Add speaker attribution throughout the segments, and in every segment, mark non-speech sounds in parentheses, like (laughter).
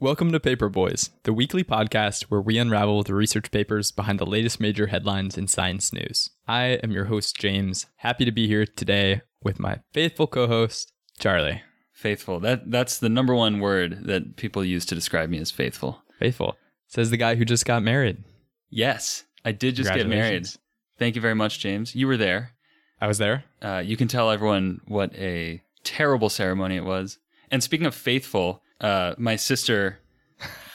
Speaker 1: Welcome to Paper Boys, the weekly podcast where we unravel the research papers behind the latest major headlines in science news. I am your host, James. Happy to be here today with my faithful co host, Charlie.
Speaker 2: Faithful. That that's the number one word that people use to describe me as faithful.
Speaker 1: Faithful says the guy who just got married.
Speaker 2: Yes, I did just get married.
Speaker 1: Congratulations.
Speaker 2: Thank you very much, James. You were there.
Speaker 1: I was there.
Speaker 2: Uh, you can tell everyone what a terrible ceremony it was. And speaking of faithful, uh, my sister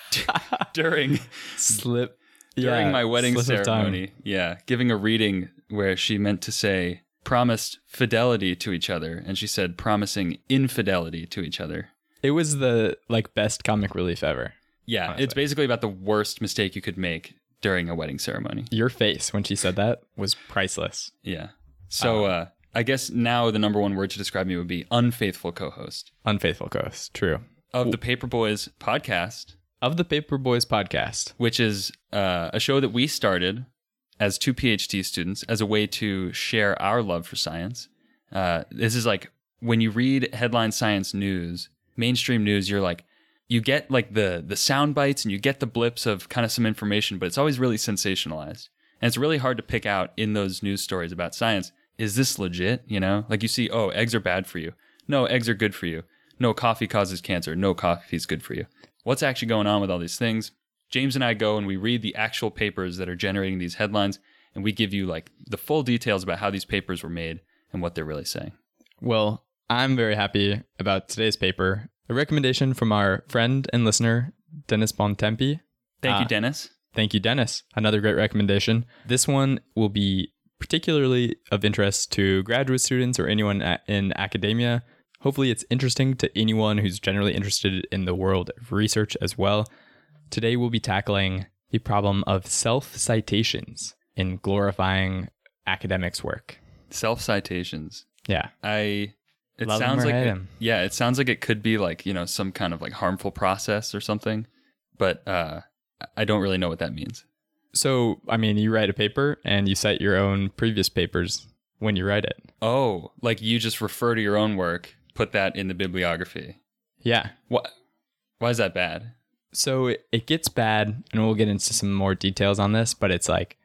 Speaker 2: (laughs) d-
Speaker 1: (laughs)
Speaker 2: during
Speaker 1: Slip
Speaker 2: during
Speaker 1: yeah,
Speaker 2: my wedding
Speaker 1: slip of tongue.
Speaker 2: ceremony, yeah, giving a reading where she meant to say promised fidelity to each other, and she said promising infidelity to each other.
Speaker 1: It was the like best comic relief ever.
Speaker 2: Yeah, it's
Speaker 1: Honestly.
Speaker 2: basically about the worst mistake you could make during a wedding ceremony.
Speaker 1: Your face when she said that was priceless.
Speaker 2: Yeah. So uh, I guess now the number one word to describe me would be unfaithful co-host
Speaker 1: Unfaithful co host. True.
Speaker 2: of the Paper Boys podcast,
Speaker 1: Of the Paper Boys podcast.
Speaker 2: which is uh, a show that we started as two PhD students as a way to share our love for science. Uh, this is like when you read headline science news, mainstream news, you're like, you get like the the sound bites and you get the blips of kind of some information, but it's always really sensationalized. And it's really hard to pick out in those news stories about science, is this legit? You know? Like you see, oh, eggs are bad for you. No, eggs are good for you. No, coffee causes cancer. No, coffee is good for you. What's actually going on with all these things? James and I go and we read the actual papers that are generating these headlines, and we give you like the full details about how these papers were made and what they're really saying.
Speaker 1: Well, I'm very happy about today's paper. A recommendation from our friend and listener, Dennis Bontempi.
Speaker 2: Thank
Speaker 1: Ah.
Speaker 2: you, Dennis.
Speaker 1: Thank you, Dennis. Another great recommendation. This one will be particularly of interest to graduate students or anyone a- in academia. Hopefully, it's interesting to anyone who's generally interested in the world of research as well. Today, we'll be tackling the problem of self citations in glorifying academics' work.
Speaker 2: Self citations.
Speaker 1: Yeah.
Speaker 2: I. It
Speaker 1: Love 'em
Speaker 2: sounds
Speaker 1: or
Speaker 2: like
Speaker 1: hate
Speaker 2: it-
Speaker 1: 'em.
Speaker 2: yeah, it sounds like it could be like you know some kind of like harmful process or something, but uh, I don't really know what that means.
Speaker 1: So, I mean, you write a paper and you cite your own previous papers when you write it.
Speaker 2: Oh, like you just refer to your own work, put that in the bibliography.
Speaker 1: Yeah.
Speaker 2: What? Why is that bad?
Speaker 1: So it- it gets bad, and we'll get into some more details on this, but it's like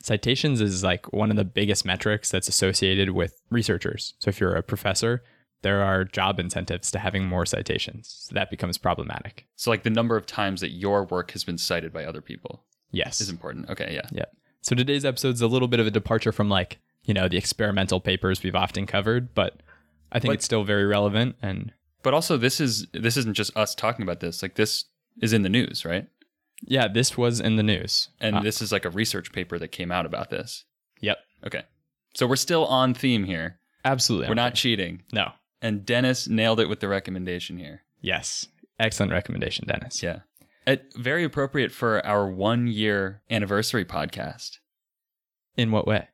Speaker 1: citations is like one of the biggest metrics that's associated with researchers. So if you're a professor, there are job incentives to having more citations. So that becomes problematic.
Speaker 2: So like the number of times that your work has been cited by other people
Speaker 1: Yes.
Speaker 2: is important. Okay, yeah.
Speaker 1: Yeah. So today's episode's a little bit of a departure from like, you know, the experimental papers we've often covered, but I think
Speaker 2: But-
Speaker 1: it's still very relevant and
Speaker 2: But also this is this isn't just us talking about this. Like this is in the news, right?
Speaker 1: yeah, this was in the news.
Speaker 2: And
Speaker 1: Uh,
Speaker 2: this is like a research paper that came out about this.
Speaker 1: Yep.
Speaker 2: Okay. So we're still on theme here.
Speaker 1: Absolutely.
Speaker 2: We're not cheating.
Speaker 1: No.
Speaker 2: And Dennis nailed it with the recommendation here.
Speaker 1: Yes. Excellent recommendation, Dennis.
Speaker 2: Yeah. It, very appropriate for our 1 year anniversary podcast.
Speaker 1: In what way?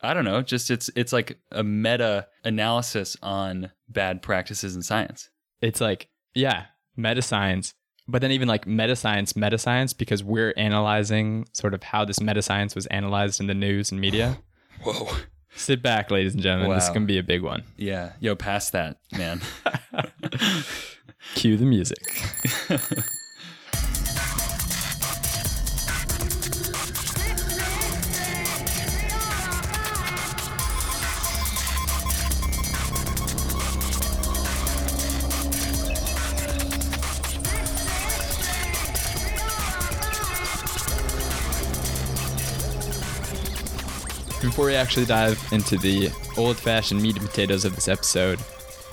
Speaker 2: I don't know, just it's it's like a meta analysis on bad practices in science.
Speaker 1: It's like, yeah, meta science, but then even like meta science, meta science, because we're analyzing sort of how this meta science was analyzed in the news and (laughs) media.
Speaker 2: Whoa.
Speaker 1: Sit back, ladies and gentlemen. This is
Speaker 2: Wow.
Speaker 1: going to be a big one.
Speaker 2: Yeah. Yo, pass that, man.
Speaker 1: Cue the music. Before we actually dive into the old fashioned meat and potatoes of this episode,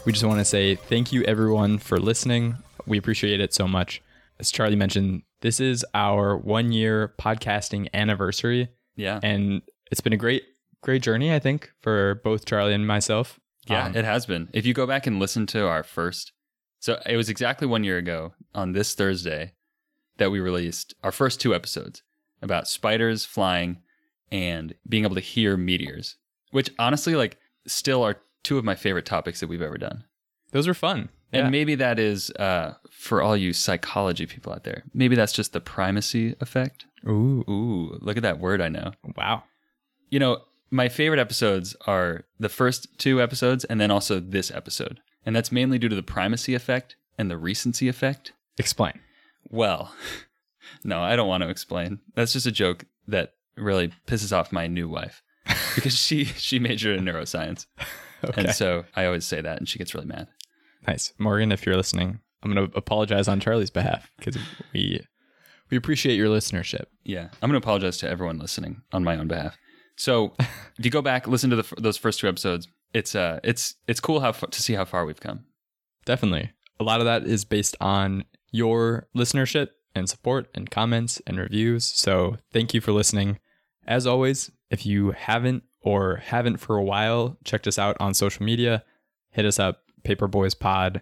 Speaker 1: we just want to say thank you everyone for listening. We appreciate it so much. As Charlie mentioned, this is our one year podcasting anniversary,
Speaker 2: yeah.
Speaker 1: and it's been a great, great journey, I think, for both Charlie and myself.
Speaker 2: Yeah,
Speaker 1: Um,
Speaker 2: it has been. If you go back and listen to our first, so it was exactly one year ago on this Thursday that we released our first two episodes about spiders flying and being able to hear meteors, which honestly, like, still are two of my favorite topics that we've ever done.
Speaker 1: those were fun.
Speaker 2: And
Speaker 1: Yeah.
Speaker 2: maybe that is uh, for all you psychology people out there. Maybe that's just the primacy effect.
Speaker 1: Ooh,
Speaker 2: Ooh, look at that word I know.
Speaker 1: wow.
Speaker 2: you know, my favorite episodes are the first two episodes and then also this episode. And that's mainly due to the primacy effect and the recency effect.
Speaker 1: Explain.
Speaker 2: Well, (laughs) no, I don't want to explain. That's just a joke that really pisses off my new wife because she she majored in neuroscience,
Speaker 1: Okay.
Speaker 2: and so I always say that, and she gets really mad.
Speaker 1: Nice. Morgan, if you're listening, I'm going to apologize on Charlie's behalf because we we appreciate your listenership.
Speaker 2: Yeah, I'm going to apologize to everyone listening on my own behalf. So, if you go back, listen to the, f- those first two episodes. It's uh, it's it's cool how f- to see how far we've come.
Speaker 1: Definitely. A lot of that is based on your listenership and support and comments and reviews. So thank you for listening. As always, if you haven't or haven't for a while checked us out on social media, hit us up, Paperboys Pod.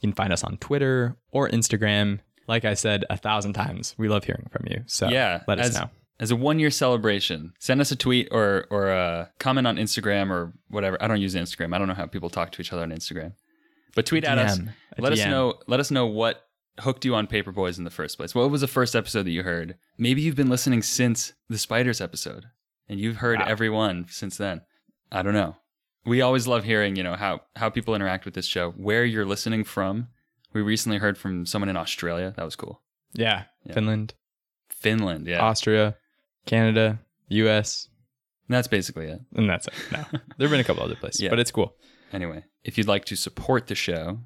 Speaker 1: You can find us on Twitter or Instagram. Like I said a thousand times, we love hearing from you. So
Speaker 2: yeah,
Speaker 1: let us
Speaker 2: as,
Speaker 1: know.
Speaker 2: As a one year celebration, send us a tweet or or a comment on Instagram or whatever. I don't use Instagram. I don't know how people talk to each other on Instagram. But tweet at us.
Speaker 1: DM, a
Speaker 2: Let us
Speaker 1: DM.
Speaker 2: know. Let us know what hooked you on Paperboys in the first place. What was the first episode that you heard? Maybe you've been listening since the spiders episode, and you've heard
Speaker 1: Wow.
Speaker 2: every one since then. I don't know. We always love hearing, you know, how how people interact with this show, where you're listening from. We recently heard from someone in Australia. That was cool.
Speaker 1: Yeah.
Speaker 2: Yeah.
Speaker 1: Finland,
Speaker 2: Finland, yeah.
Speaker 1: Austria, Canada, US,
Speaker 2: And that's basically it.
Speaker 1: and that's it.
Speaker 2: (laughs)
Speaker 1: No. there have been a couple other places,
Speaker 2: Yeah.
Speaker 1: but it's cool.
Speaker 2: Anyway, if you'd like to support the show,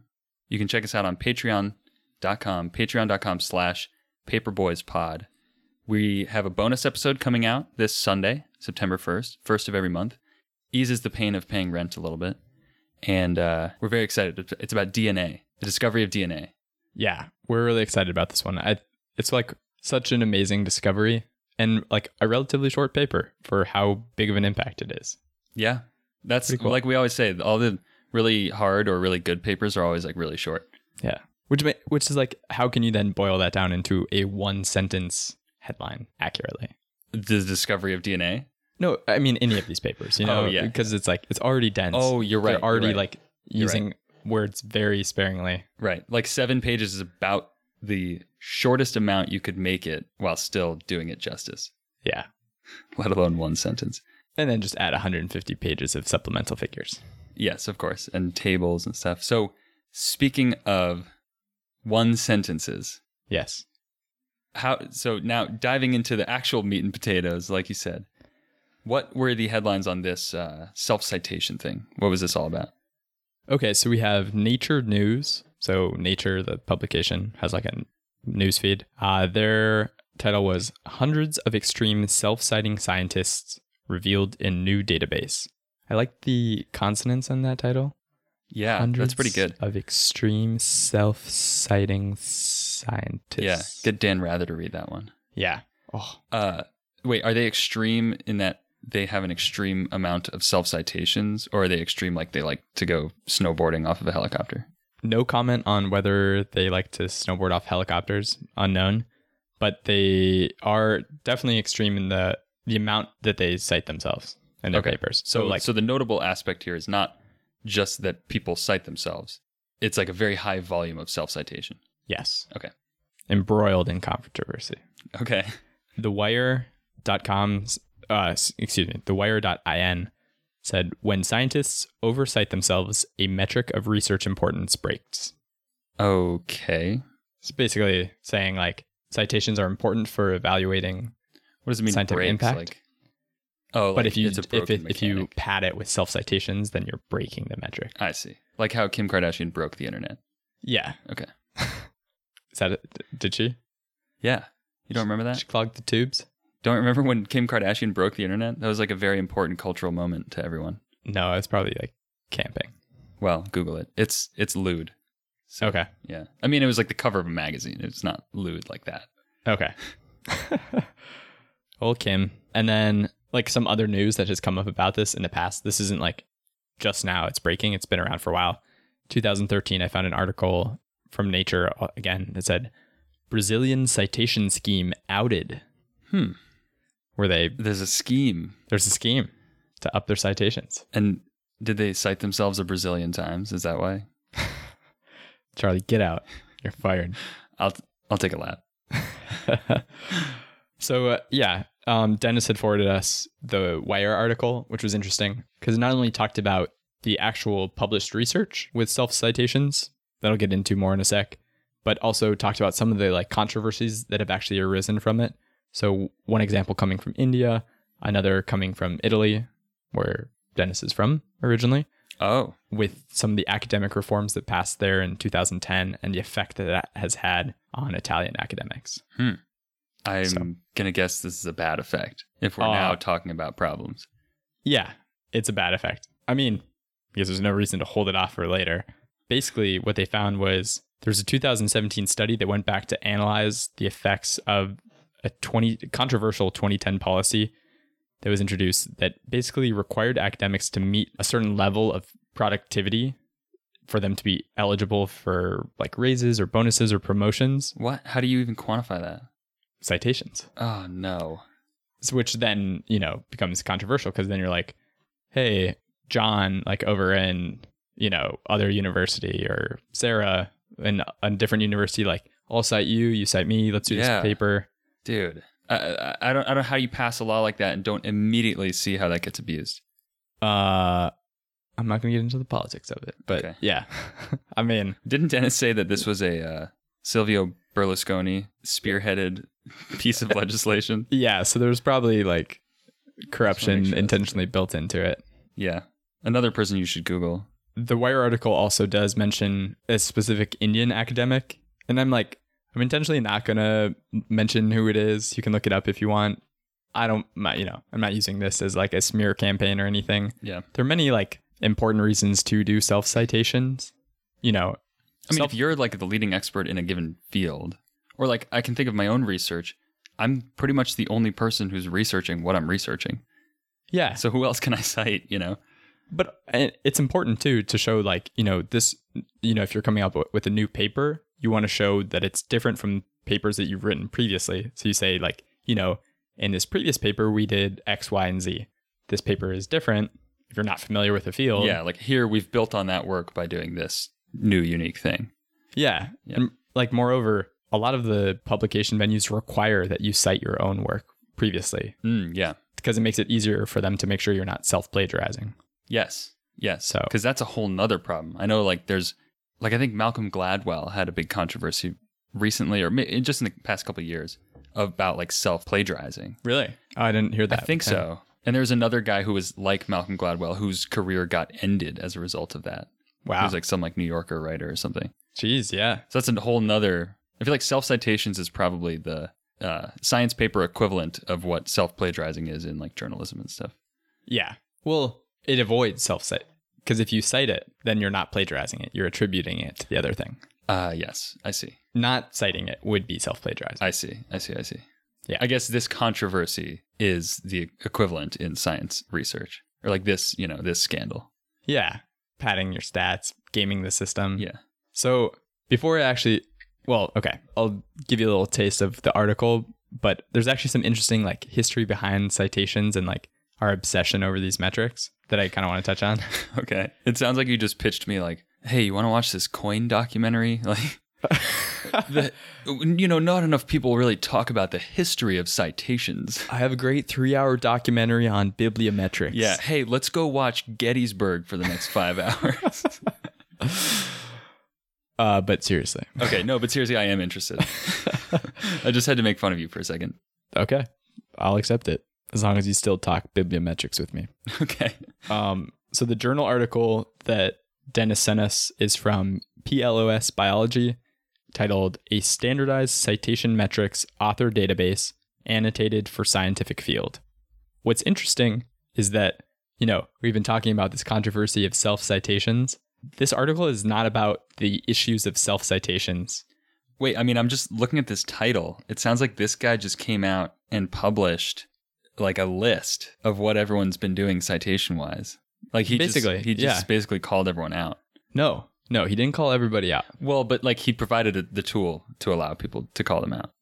Speaker 2: you can check us out on patreon.com, patreon.com slash paperboyspod. We have a bonus episode coming out this Sunday, September 1st, first of every month. Eases the pain of paying rent a little bit. And uh, we're very excited. It's about DNA, the discovery of DNA.
Speaker 1: yeah, we're really excited about this one. I it's like such an amazing discovery and like a relatively short paper for how big of an impact it is.
Speaker 2: Yeah. That's
Speaker 1: Pretty cool.
Speaker 2: like we always say, all the really hard or really good papers are always like really short.
Speaker 1: Yeah. Which ma- which is like how can you then boil that down into a one sentence headline accurately?
Speaker 2: The discovery of DNA.
Speaker 1: No, I mean any of these papers, you know,
Speaker 2: (laughs) Oh, yeah.
Speaker 1: because it's like it's already dense.
Speaker 2: Oh, you're right.
Speaker 1: They're already
Speaker 2: you're right.
Speaker 1: like
Speaker 2: You're right.
Speaker 1: using words very sparingly.
Speaker 2: Right. Like seven pages is about the shortest amount you could make it while still doing it justice,
Speaker 1: Yeah.
Speaker 2: let alone one sentence.
Speaker 1: And then just add 150 pages of supplemental figures.
Speaker 2: Yes, of course. And tables and stuff. So, speaking of one sentences,
Speaker 1: Yes.
Speaker 2: how so now diving into the actual meat and potatoes, like you said, what were the headlines on this uh, self citation thing? What was this all about?
Speaker 1: Okay, so we have Nature News. So Nature, the publication, has like a news feed. Uh, their title was "Hundreds of Extreme Self-Citing Scientists Revealed in New Database." I like the consonants in that title.
Speaker 2: Yeah,
Speaker 1: Hundreds
Speaker 2: that's pretty good.
Speaker 1: Of extreme self-citing scientists.
Speaker 2: Yeah, get Dan Rather to read that one.
Speaker 1: Yeah. Oh,
Speaker 2: uh wait are they extreme in that they have an extreme amount of self citations or are they extreme like they like to go snowboarding off of a helicopter
Speaker 1: no comment on whether they like to snowboard off helicopters unknown but they are definitely extreme in the the amount that they cite themselves in their
Speaker 2: Okay.
Speaker 1: papers
Speaker 2: so
Speaker 1: so like
Speaker 2: so the notable aspect here is not just that people cite themselves it's like a very high volume of self citation
Speaker 1: yes
Speaker 2: Okay.
Speaker 1: embroiled in controversy
Speaker 2: okay
Speaker 1: the wire.com uh, s- excuse me the wire.in said when scientists oversight themselves a metric of research importance breaks
Speaker 2: okay
Speaker 1: it's basically saying like citations are important for evaluating
Speaker 2: what does it mean
Speaker 1: Scientific
Speaker 2: breaks?
Speaker 1: impact?
Speaker 2: like oh
Speaker 1: but if you
Speaker 2: it's a
Speaker 1: if,
Speaker 2: broken
Speaker 1: it, if you
Speaker 2: mechanic.
Speaker 1: pad it with self citations, then you're breaking the metric.
Speaker 2: i see like how kim kardashian broke the internet
Speaker 1: Yeah. (laughs)
Speaker 2: Okay.
Speaker 1: Is that it? Did she?
Speaker 2: yeah you don't remember that
Speaker 1: She clogged the tubes?
Speaker 2: Don't remember when Kim Kardashian broke the internet? That was like a very important cultural moment to everyone.
Speaker 1: No, it's probably like camping.
Speaker 2: Well, Google it. It's it's lewd. So,
Speaker 1: Okay.
Speaker 2: Yeah. I mean, it was like the cover of a magazine. It's not lewd like that.
Speaker 1: (laughs) Okay. Old Kim. And then like some other news that has come up about this in the past. This isn't like just now. It's breaking. It's been around for a while. 2013, I found an article from Nature uh, again that said Brazilian citation scheme outed.
Speaker 2: Hmm.
Speaker 1: Where they
Speaker 2: There's a scheme.
Speaker 1: there's a scheme to up their citations.
Speaker 2: And did they cite themselves a Brazilian times? Is that why?
Speaker 1: Charlie, get out. You're fired. (laughs)
Speaker 2: I'll I'll take a lap.
Speaker 1: so uh, yeah, um, Dennis had forwarded us the Wire article, which was interesting because not only talked about the actual published research with self citations that'll get into more in a sec, but also talked about some of the like controversies that have actually arisen from it. So one example coming from India, another coming from Italy, where Dennis is from originally,
Speaker 2: Oh,
Speaker 1: with some of the academic reforms that passed there in 2010 and the effect that that has had on Italian academics.
Speaker 2: I'm
Speaker 1: So-
Speaker 2: gonna guess this is a bad effect if we're
Speaker 1: Uh,
Speaker 2: now talking about problems.
Speaker 1: Yeah, it's a bad effect. I mean, because there's no reason to hold it off for later. Basically, what they found was there's a 2017 study that went back to analyze the effects of a 20 controversial 2010 policy that was introduced that basically required academics to meet a certain level of productivity for them to be eligible for like raises or bonuses or promotions,
Speaker 2: What? How do you even quantify that?
Speaker 1: citations.
Speaker 2: Oh no.
Speaker 1: So which then you know becomes controversial because then you're like hey john like over in you know other university or sarah in a different university like i'll cite you you cite me let's do
Speaker 2: Yeah.
Speaker 1: this paper
Speaker 2: Dude, I, I, I don't I don't know how you pass a law like that and don't immediately see how that gets abused.
Speaker 1: uh i'm not gonna get into the politics of it but
Speaker 2: Okay.
Speaker 1: yeah (laughs) i mean
Speaker 2: Didn't Dennis say that this was a uh, Silvio Berlusconi spearheaded (laughs) piece of legislation?
Speaker 1: yeah so there's probably like corruption
Speaker 2: sure that's
Speaker 1: intentionally built into it
Speaker 2: Yeah, another person you should Google.
Speaker 1: the Wire article also does mention a specific Indian academic, and I'm like, I'm intentionally not gonna mention who it is. You can look it up if you want. I don't, my, you know, I'm not using this as like a smear campaign or anything.
Speaker 2: Yeah,
Speaker 1: There are many like important reasons to do self citations. You know,
Speaker 2: I mean,
Speaker 1: Self-
Speaker 2: if you're like the leading expert in a given field, or like I can think of my own research, I'm pretty much the only person who's researching what I'm researching.
Speaker 1: yeah.
Speaker 2: So who else can I cite? You know?
Speaker 1: but and it's important too to show like you know this you know if you're coming up wi- with a new paper you want to show that it's different from papers that you've written previously so you say like you know in this previous paper we did x y and z this paper is different if you're not familiar with the field
Speaker 2: Yeah, like here we've built on that work by doing this new unique thing.
Speaker 1: yeah,
Speaker 2: Yeah.
Speaker 1: and like moreover a lot of the publication venues require that you cite your own work previously
Speaker 2: Mm, yeah.
Speaker 1: because it makes it easier for them to make sure you're not self-plagiarizing
Speaker 2: Yes. Yes.
Speaker 1: So-
Speaker 2: because that's a whole nother problem. I know, like, there's, like, I think Malcolm Gladwell had a big controversy recently, or ma- just in the past couple of years, about like self plagiarizing.
Speaker 1: really oh, i didn't hear
Speaker 2: I
Speaker 1: that
Speaker 2: think
Speaker 1: Okay.
Speaker 2: so. And there's another guy who was like Malcolm Gladwell, whose career got ended as a result of that. He
Speaker 1: wow
Speaker 2: was like some like New Yorker writer or something.
Speaker 1: jeez yeah
Speaker 2: So that's a whole nother. I feel like self citations is probably the uh, science paper equivalent of what self plagiarizing is in like journalism and stuff.
Speaker 1: Yeah. Well, it avoids self cite because if you cite it, then you're not plagiarizing it. You're attributing it to the other thing.
Speaker 2: Uh, yes, I see.
Speaker 1: Not citing it would be self plagiarizing.
Speaker 2: I see. I see. I see.
Speaker 1: Yeah.
Speaker 2: I guess this controversy is the equivalent in science research, or like this, you know, this scandal.
Speaker 1: Yeah. Padding your stats, gaming the system.
Speaker 2: Yeah.
Speaker 1: So before I actually, well, okay, I'll give you a little taste of the article, but there's actually some interesting like history behind citations and like our obsession over these metrics that I kind of want to touch on.
Speaker 2: Okay. It sounds like you just pitched me like, "Hey, you want to watch this coin documentary?" (laughs) Like, the, you know, not enough people really talk about the history of citations.
Speaker 1: (laughs) I have a great three hour documentary on bibliometrics. (laughs) (sighs)
Speaker 2: Yeah. Hey, let's go watch Gettysburg for the next five (laughs) hours.
Speaker 1: Uh, but seriously.
Speaker 2: okay. No, but seriously, I am interested. (laughs) I just had to make fun of you for a second. (laughs)
Speaker 1: Okay. I'll accept it as long as you still talk bibliometrics with me.
Speaker 2: Okay.
Speaker 1: Um, so the journal article that Dennis sent us is from PLOS Biology titled A Standardized Citation Metrics Author Database Annotated for Scientific Field. What's interesting is that, you know, we've been talking about this controversy of self citations. This article is not about the issues of self citations.
Speaker 2: Wait, I mean, I'm just looking at this title. It sounds like this guy just came out and published like a list of what everyone's been doing citation wise. Like he
Speaker 1: Basically,
Speaker 2: just, he just
Speaker 1: yeah.
Speaker 2: basically called everyone out.
Speaker 1: No, no, he didn't call everybody out.
Speaker 2: Well, but like he provided a, the tool to allow people to call them out.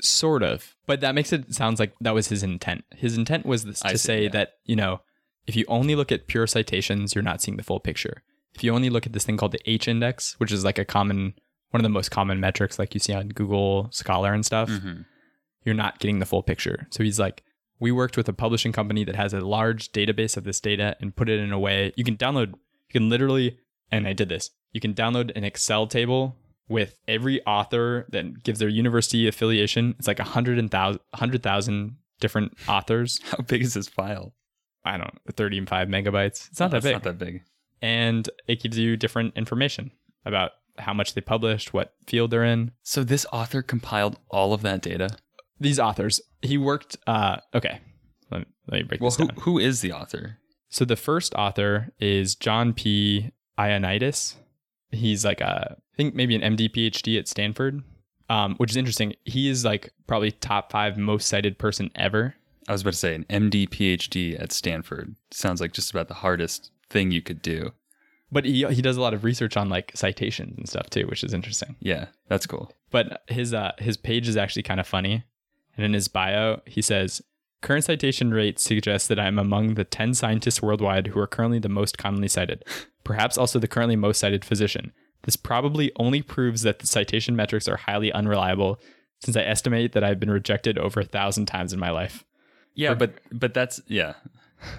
Speaker 1: sort of but that makes it sounds like that was his intent his intent was this,
Speaker 2: I
Speaker 1: to
Speaker 2: see,
Speaker 1: say
Speaker 2: yeah.
Speaker 1: that you know if you only look at pure citations you're not seeing the full picture if you only look at this thing called the h index which is like a common one of the most common metrics like you see on google scholar and stuff
Speaker 2: Mm-hmm.
Speaker 1: you're not getting the full picture so he's like we worked with a publishing company that has a large database of this data and put it in a way you can download you can literally and i did this you can download an excel table with every author that gives their university affiliation. It's like 100,000 100,000 different authors.
Speaker 2: (laughs) How big is this file?
Speaker 1: I don't know, 35 megabytes. It's not that
Speaker 2: That's
Speaker 1: big.
Speaker 2: Not that big.
Speaker 1: and it gives you different information about how much they published, what field they're in.
Speaker 2: So this author compiled all of that data.
Speaker 1: These authors, he worked. Uh, okay, let me, let me break
Speaker 2: Well,
Speaker 1: this
Speaker 2: who
Speaker 1: down.
Speaker 2: who is the author?
Speaker 1: So the first author is John P. Ioannidis. He's like a, I think maybe an MD PhD at Stanford, um, which is interesting. He is like probably top five most cited person ever.
Speaker 2: I was about to say an MD PhD at Stanford. Sounds like just about the hardest thing you could do.
Speaker 1: But he he does a lot of research on like citations and stuff too, which is interesting.
Speaker 2: Yeah, that's cool.
Speaker 1: But his uh, his page is actually kind of funny. And in his bio, he says, "Current citation rate suggests that I am among the 10 scientists worldwide who are currently the most commonly cited, perhaps also the currently most cited physician. This probably only proves that the citation metrics are highly unreliable, since I estimate that I've been rejected over a thousand times in my life."
Speaker 2: Yeah,
Speaker 1: Or-
Speaker 2: but but that's yeah.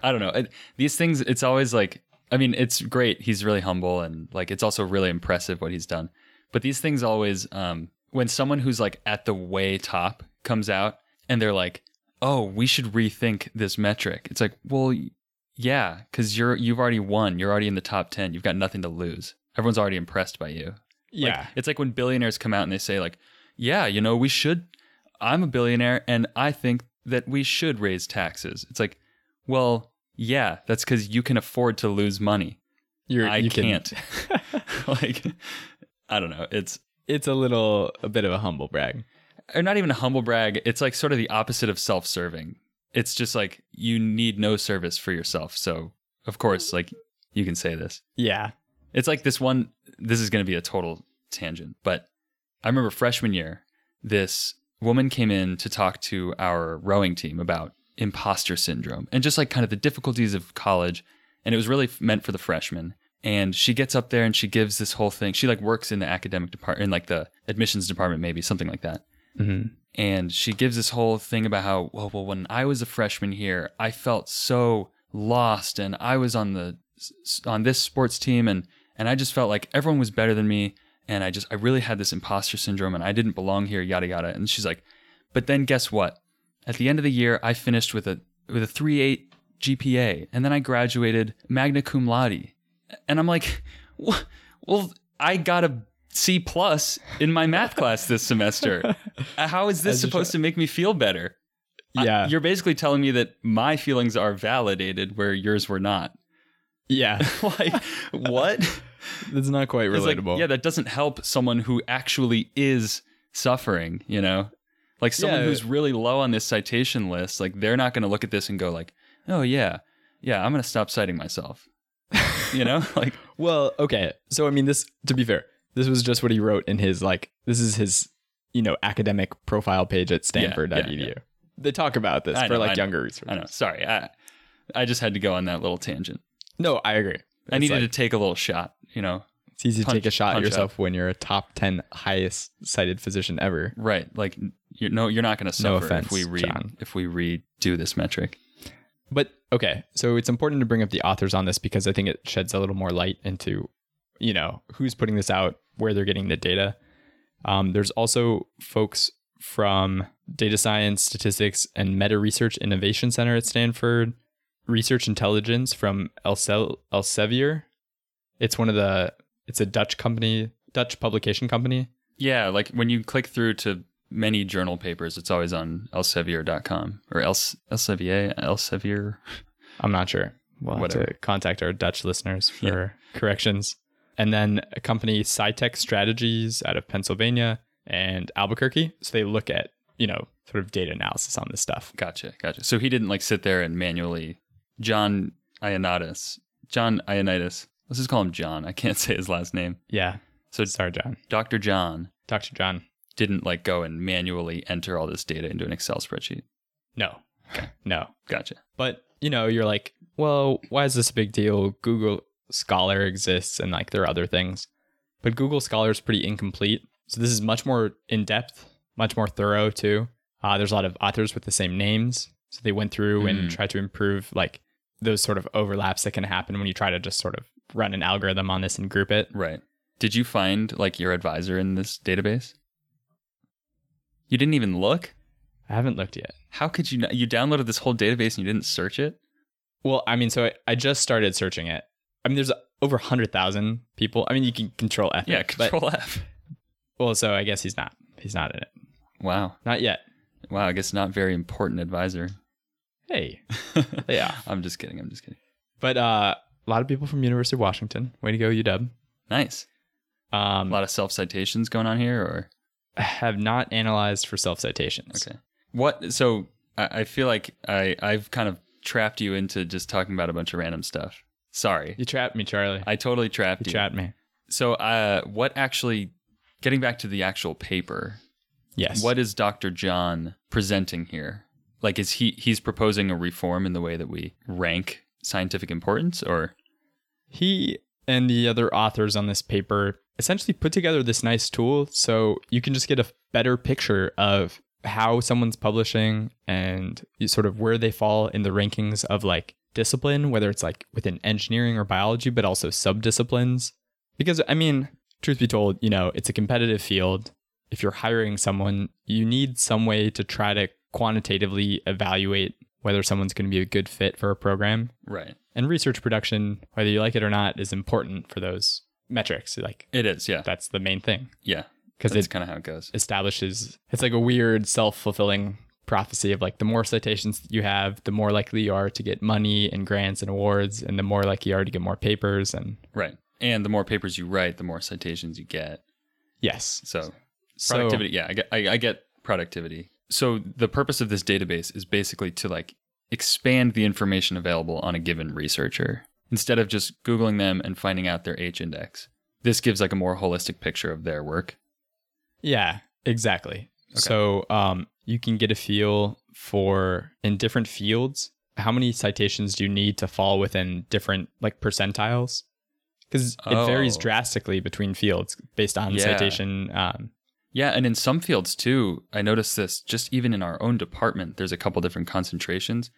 Speaker 2: I don't know. It, these things it's always like I mean, it's great. He's really humble and like it's also really impressive what he's done. But these things always um when someone who's like at the way top comes out and they're like, "Oh, we should rethink this metric." It's like, "Well, y- yeah, cuz you're you've already won. You're already in the top 10. You've got nothing to lose. Everyone's already impressed by you." Like,
Speaker 1: Yeah,
Speaker 2: it's like when billionaires come out and they say, like, yeah, you know, we should. I'm a billionaire and I think that we should raise taxes. It's like, well, yeah, that's because you can afford to lose money.
Speaker 1: you're,
Speaker 2: I
Speaker 1: you can- (laughs)
Speaker 2: can't. (laughs) like, I don't know. It's
Speaker 1: It's a little a bit of a humble brag.
Speaker 2: or not even a humble brag. It's like sort of the opposite of self serving. It's just like you need no service for yourself. So, of course, like you can say this.
Speaker 1: Yeah,
Speaker 2: It's like this one. This is going to be a total tangent, but I remember freshman year, this woman came in to talk to our rowing team about imposter syndrome and just like kind of the difficulties of college. And it was really f- meant for the freshmen. And she gets up there and she gives this whole thing. She like works in the academic department, in like the admissions department, maybe something like that
Speaker 1: mm-hmm.
Speaker 2: and she gives this whole thing about how well, well when i was a freshman here i felt so lost and i was on the on this sports team and and i just felt like everyone was better than me and i just i really had this imposter syndrome and i didn't belong here yada yada and she's like but then guess what at the end of the year i finished with a with a 3.8 gpa and then i graduated magna cum laude and i'm like (laughs) "Wha- well i got a c plus in my math class this semester Uh, how is this
Speaker 1: As you
Speaker 2: supposed to make me feel better? I-
Speaker 1: yeah.
Speaker 2: you're basically telling me that my feelings are validated where yours were not. (laughs)
Speaker 1: (laughs) yeah,
Speaker 2: like, what?
Speaker 1: that's not quite
Speaker 2: It's like,
Speaker 1: relatable.
Speaker 2: yeah, that doesn't help someone who actually is suffering, you know? Like someone
Speaker 1: Yeah.
Speaker 2: who's really low on this citation list, like they're not going to look at this and go like, "Oh yeah. Yeah, I'm going to stop
Speaker 1: (laughs)
Speaker 2: citing myself." you know? (laughs) Like
Speaker 1: Well, okay. So I mean this to be fair, this was just what he wrote in his like this is his, you know, academic profile page at stanford.edu.
Speaker 2: yeah, yeah.
Speaker 1: They talk about this
Speaker 2: I
Speaker 1: for
Speaker 2: know, I
Speaker 1: like
Speaker 2: know,
Speaker 1: younger
Speaker 2: I know.
Speaker 1: researchers.
Speaker 2: Sorry. I I just had to go on that little tangent.
Speaker 1: No, I agree.
Speaker 2: I
Speaker 1: It's
Speaker 2: needed
Speaker 1: like-
Speaker 2: to take a little shot, you know.
Speaker 1: it's easy to
Speaker 2: punch-
Speaker 1: take a shot at
Speaker 2: punch
Speaker 1: yourself when you're a top 10 highest cited physician ever.
Speaker 2: Right. Like you're no you're not going to suffer
Speaker 1: offense,
Speaker 2: if we read
Speaker 1: John.
Speaker 2: if we redo this metric.
Speaker 1: But okay, so it's important to bring up the authors on this because I think it sheds a little more light into, you know, who's putting this out, where they're getting the data. Um, there's also folks from Data Science, Statistics, and Meta Research Innovation Center at Stanford, Research Intelligence from Elsel- Elsevier. It's one of the, it's a Dutch company, Dutch publication company.
Speaker 2: Yeah, like when you click through to many journal papers, it's always on elsevier.com or else Elsevier, Elsevier.
Speaker 1: I'm not sure. We'll have
Speaker 2: Whatever.
Speaker 1: to contact our Dutch listeners
Speaker 2: Yeah.
Speaker 1: for corrections. And then a company, SciTech Strategies, out of Pennsylvania and Albuquerque. So they look at, you know, sort of data analysis on this stuff.
Speaker 2: Gotcha, gotcha. So he didn't like sit there and manually John Ioannidis. John Ioannidis. Let's just call him John. I can't (laughs) say his last name.
Speaker 1: Yeah.
Speaker 2: So
Speaker 1: Sorry, John.
Speaker 2: Dr. John
Speaker 1: Dr. John.
Speaker 2: didn't like go and manually enter all this data into an Excel spreadsheet.
Speaker 1: No. No.
Speaker 2: Gotcha.
Speaker 1: But, you know, you're like, well, why is this a big deal? Google Scholar exists and like there are other things. But Google Scholar is pretty incomplete. So this is much more in depth, much more thorough too. Uh, there's a lot of authors with the same names. So they went through and
Speaker 2: Mm.
Speaker 1: tried to improve like those sort of overlaps that can happen when you try to just sort of run an algorithm on this and group it.
Speaker 2: Right. Did you find like your advisor in this database? You didn't even look?
Speaker 1: I haven't looked yet.
Speaker 2: How could you not? You downloaded this whole database and you didn't search it?
Speaker 1: Well, I mean, so I, I just started searching it. I mean, there's over 100,000 people. I mean, you can control F.
Speaker 2: Yeah,
Speaker 1: it, but-
Speaker 2: control F.
Speaker 1: well, so I guess he's not. He's not in it.
Speaker 2: (laughs) Wow.
Speaker 1: Not yet.
Speaker 2: Wow, I guess not very important advisor. (laughs)
Speaker 1: Hey. Yeah.
Speaker 2: I'm just kidding. I'm just kidding.
Speaker 1: But uh, a lot of people from University of Washington. Way to go, UW.
Speaker 2: Nice. A
Speaker 1: Um,
Speaker 2: lot of self citations going on here, or
Speaker 1: have not analyzed for self citations.
Speaker 2: Okay. what? So I, I feel like I I've kind of trapped you into just talking about a bunch of random stuff. Sorry,
Speaker 1: You trapped me, Charlie.
Speaker 2: I totally trapped
Speaker 1: you
Speaker 2: you.
Speaker 1: trapped me.
Speaker 2: So uh, what actually? Getting back to the actual paper,
Speaker 1: Yes.
Speaker 2: what is Dr. John presenting here? Like, is he he's proposing a reform in the way that we rank scientific importance, or
Speaker 1: He and the other authors on this paper essentially put together this nice tool so you can just get a better picture of how someone's publishing and sort of where they fall in the rankings of like discipline, whether it's like within engineering or biology, but also subdisciplines. Because, I mean, truth be told, you know, it's a competitive field. If you're hiring someone, you need some way to try to quantitatively evaluate whether someone's going to be a good fit for a program
Speaker 2: right?
Speaker 1: and research production, whether you like it or not, is important for those metrics. Like
Speaker 2: It is, yeah,
Speaker 1: that's the main thing
Speaker 2: yeah.
Speaker 1: because
Speaker 2: That's
Speaker 1: it
Speaker 2: kind of how it goes.
Speaker 1: establishes it's like a weird self fulfilling prophecy of like the more citations that you have, the more likely you are to get money and grants and awards, and the more likely you are to get more papers. And
Speaker 2: Right. And the more papers you write, the more citations you get.
Speaker 1: yes,
Speaker 2: So
Speaker 1: So-
Speaker 2: productivity, yeah, I get, I, I get productivity. So the purpose of this database is basically to like expand the information available on a given researcher instead of just googling them and finding out their H index. This gives like a more holistic picture of their work.
Speaker 1: Yeah, exactly. So um, you can get a feel for in different fields how many citations do you need to fall within different like percentiles because it varies
Speaker 2: Oh.
Speaker 1: drastically between fields based on
Speaker 2: Yeah.
Speaker 1: citation. Um,
Speaker 2: Yeah, and in some fields too, I noticed this just even in our own department, there's a couple different concentrations.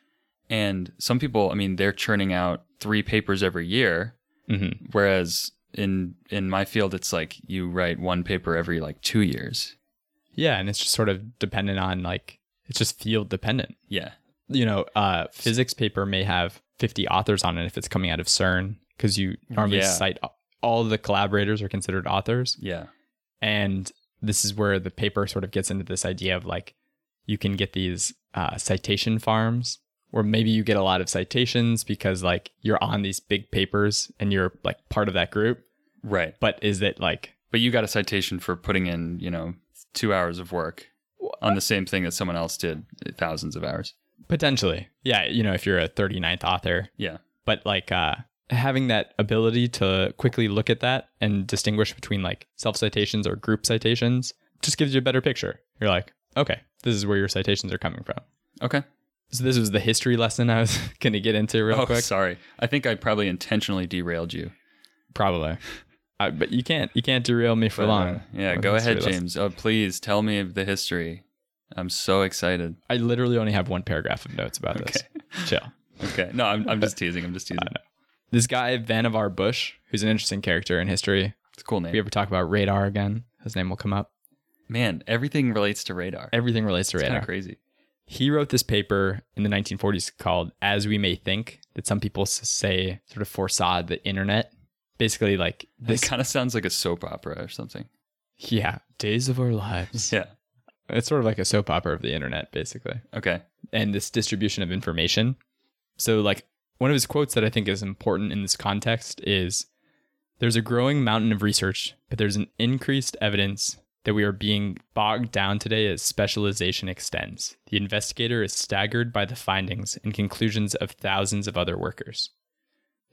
Speaker 2: And some people, I mean, they're churning out three papers every year,
Speaker 1: mhm.
Speaker 2: whereas in in my field it's like you write one paper every like 2 years.
Speaker 1: Yeah, and it's just sort of dependent on like it's just field dependent.
Speaker 2: Yeah.
Speaker 1: You know, uh, physics paper may have 50 authors on it if it's coming out of CERN because you normally
Speaker 2: Yeah.
Speaker 1: cite all the collaborators are considered authors.
Speaker 2: Yeah.
Speaker 1: And this is where the paper sort of gets into this idea of like, you can get these uh, citation farms, or maybe you get a lot of citations because like you're on these big papers and you're like part of that group.
Speaker 2: Right.
Speaker 1: But is it like,
Speaker 2: But you got a citation for putting in, you know, 2 hours of work on the same thing that someone else did eh, thousands of hours.
Speaker 1: potentially, yeah, you know, if you're a 39th author,
Speaker 2: Yeah.
Speaker 1: but like uh, having that ability to quickly look at that and distinguish between like self citations or group citations just gives you a better picture. You're like, okay, this is where your citations are coming from.
Speaker 2: Okay.
Speaker 1: So this was the history lesson I was (laughs) going to get into real
Speaker 2: oh,
Speaker 1: quick.
Speaker 2: sorry. I think I probably intentionally derailed you.
Speaker 1: Probably, I, but you can't you can't derail me for
Speaker 2: But,
Speaker 1: long.
Speaker 2: uh, yeah,
Speaker 1: with
Speaker 2: go
Speaker 1: history
Speaker 2: ahead,
Speaker 1: lesson.
Speaker 2: James. Oh, please tell me the history. I'm so excited.
Speaker 1: I literally only have one paragraph of notes about this. Chill.
Speaker 2: Okay. (laughs) No, I'm, I'm just teasing. I'm
Speaker 1: (laughs)
Speaker 2: just teasing.
Speaker 1: This guy Vannevar Bush, who's an interesting character in history.
Speaker 2: It's a cool
Speaker 1: If we
Speaker 2: name.
Speaker 1: ever talk about radar again, his name will come up.
Speaker 2: Man, everything relates to radar.
Speaker 1: Everything relates to
Speaker 2: It's kind of
Speaker 1: radar.
Speaker 2: crazy.
Speaker 1: He wrote this paper in the 1940s called "As We May Think," that some people s- say sort of foresaw the internet. Basically, like
Speaker 2: This
Speaker 1: this.
Speaker 2: kind of sounds like a soap opera or something.
Speaker 1: yeah, days of our (laughs)
Speaker 2: (laughs)
Speaker 1: lives.
Speaker 2: Yeah.
Speaker 1: It's sort of like a soap opera of the internet, basically.
Speaker 2: Okay.
Speaker 1: and this distribution of information. So, like, one of his quotes that I think is important in this context is There's a growing mountain of research, but there's an increased evidence that we are being bogged down today as specialization extends. The investigator is staggered by the findings and conclusions of thousands of other workers.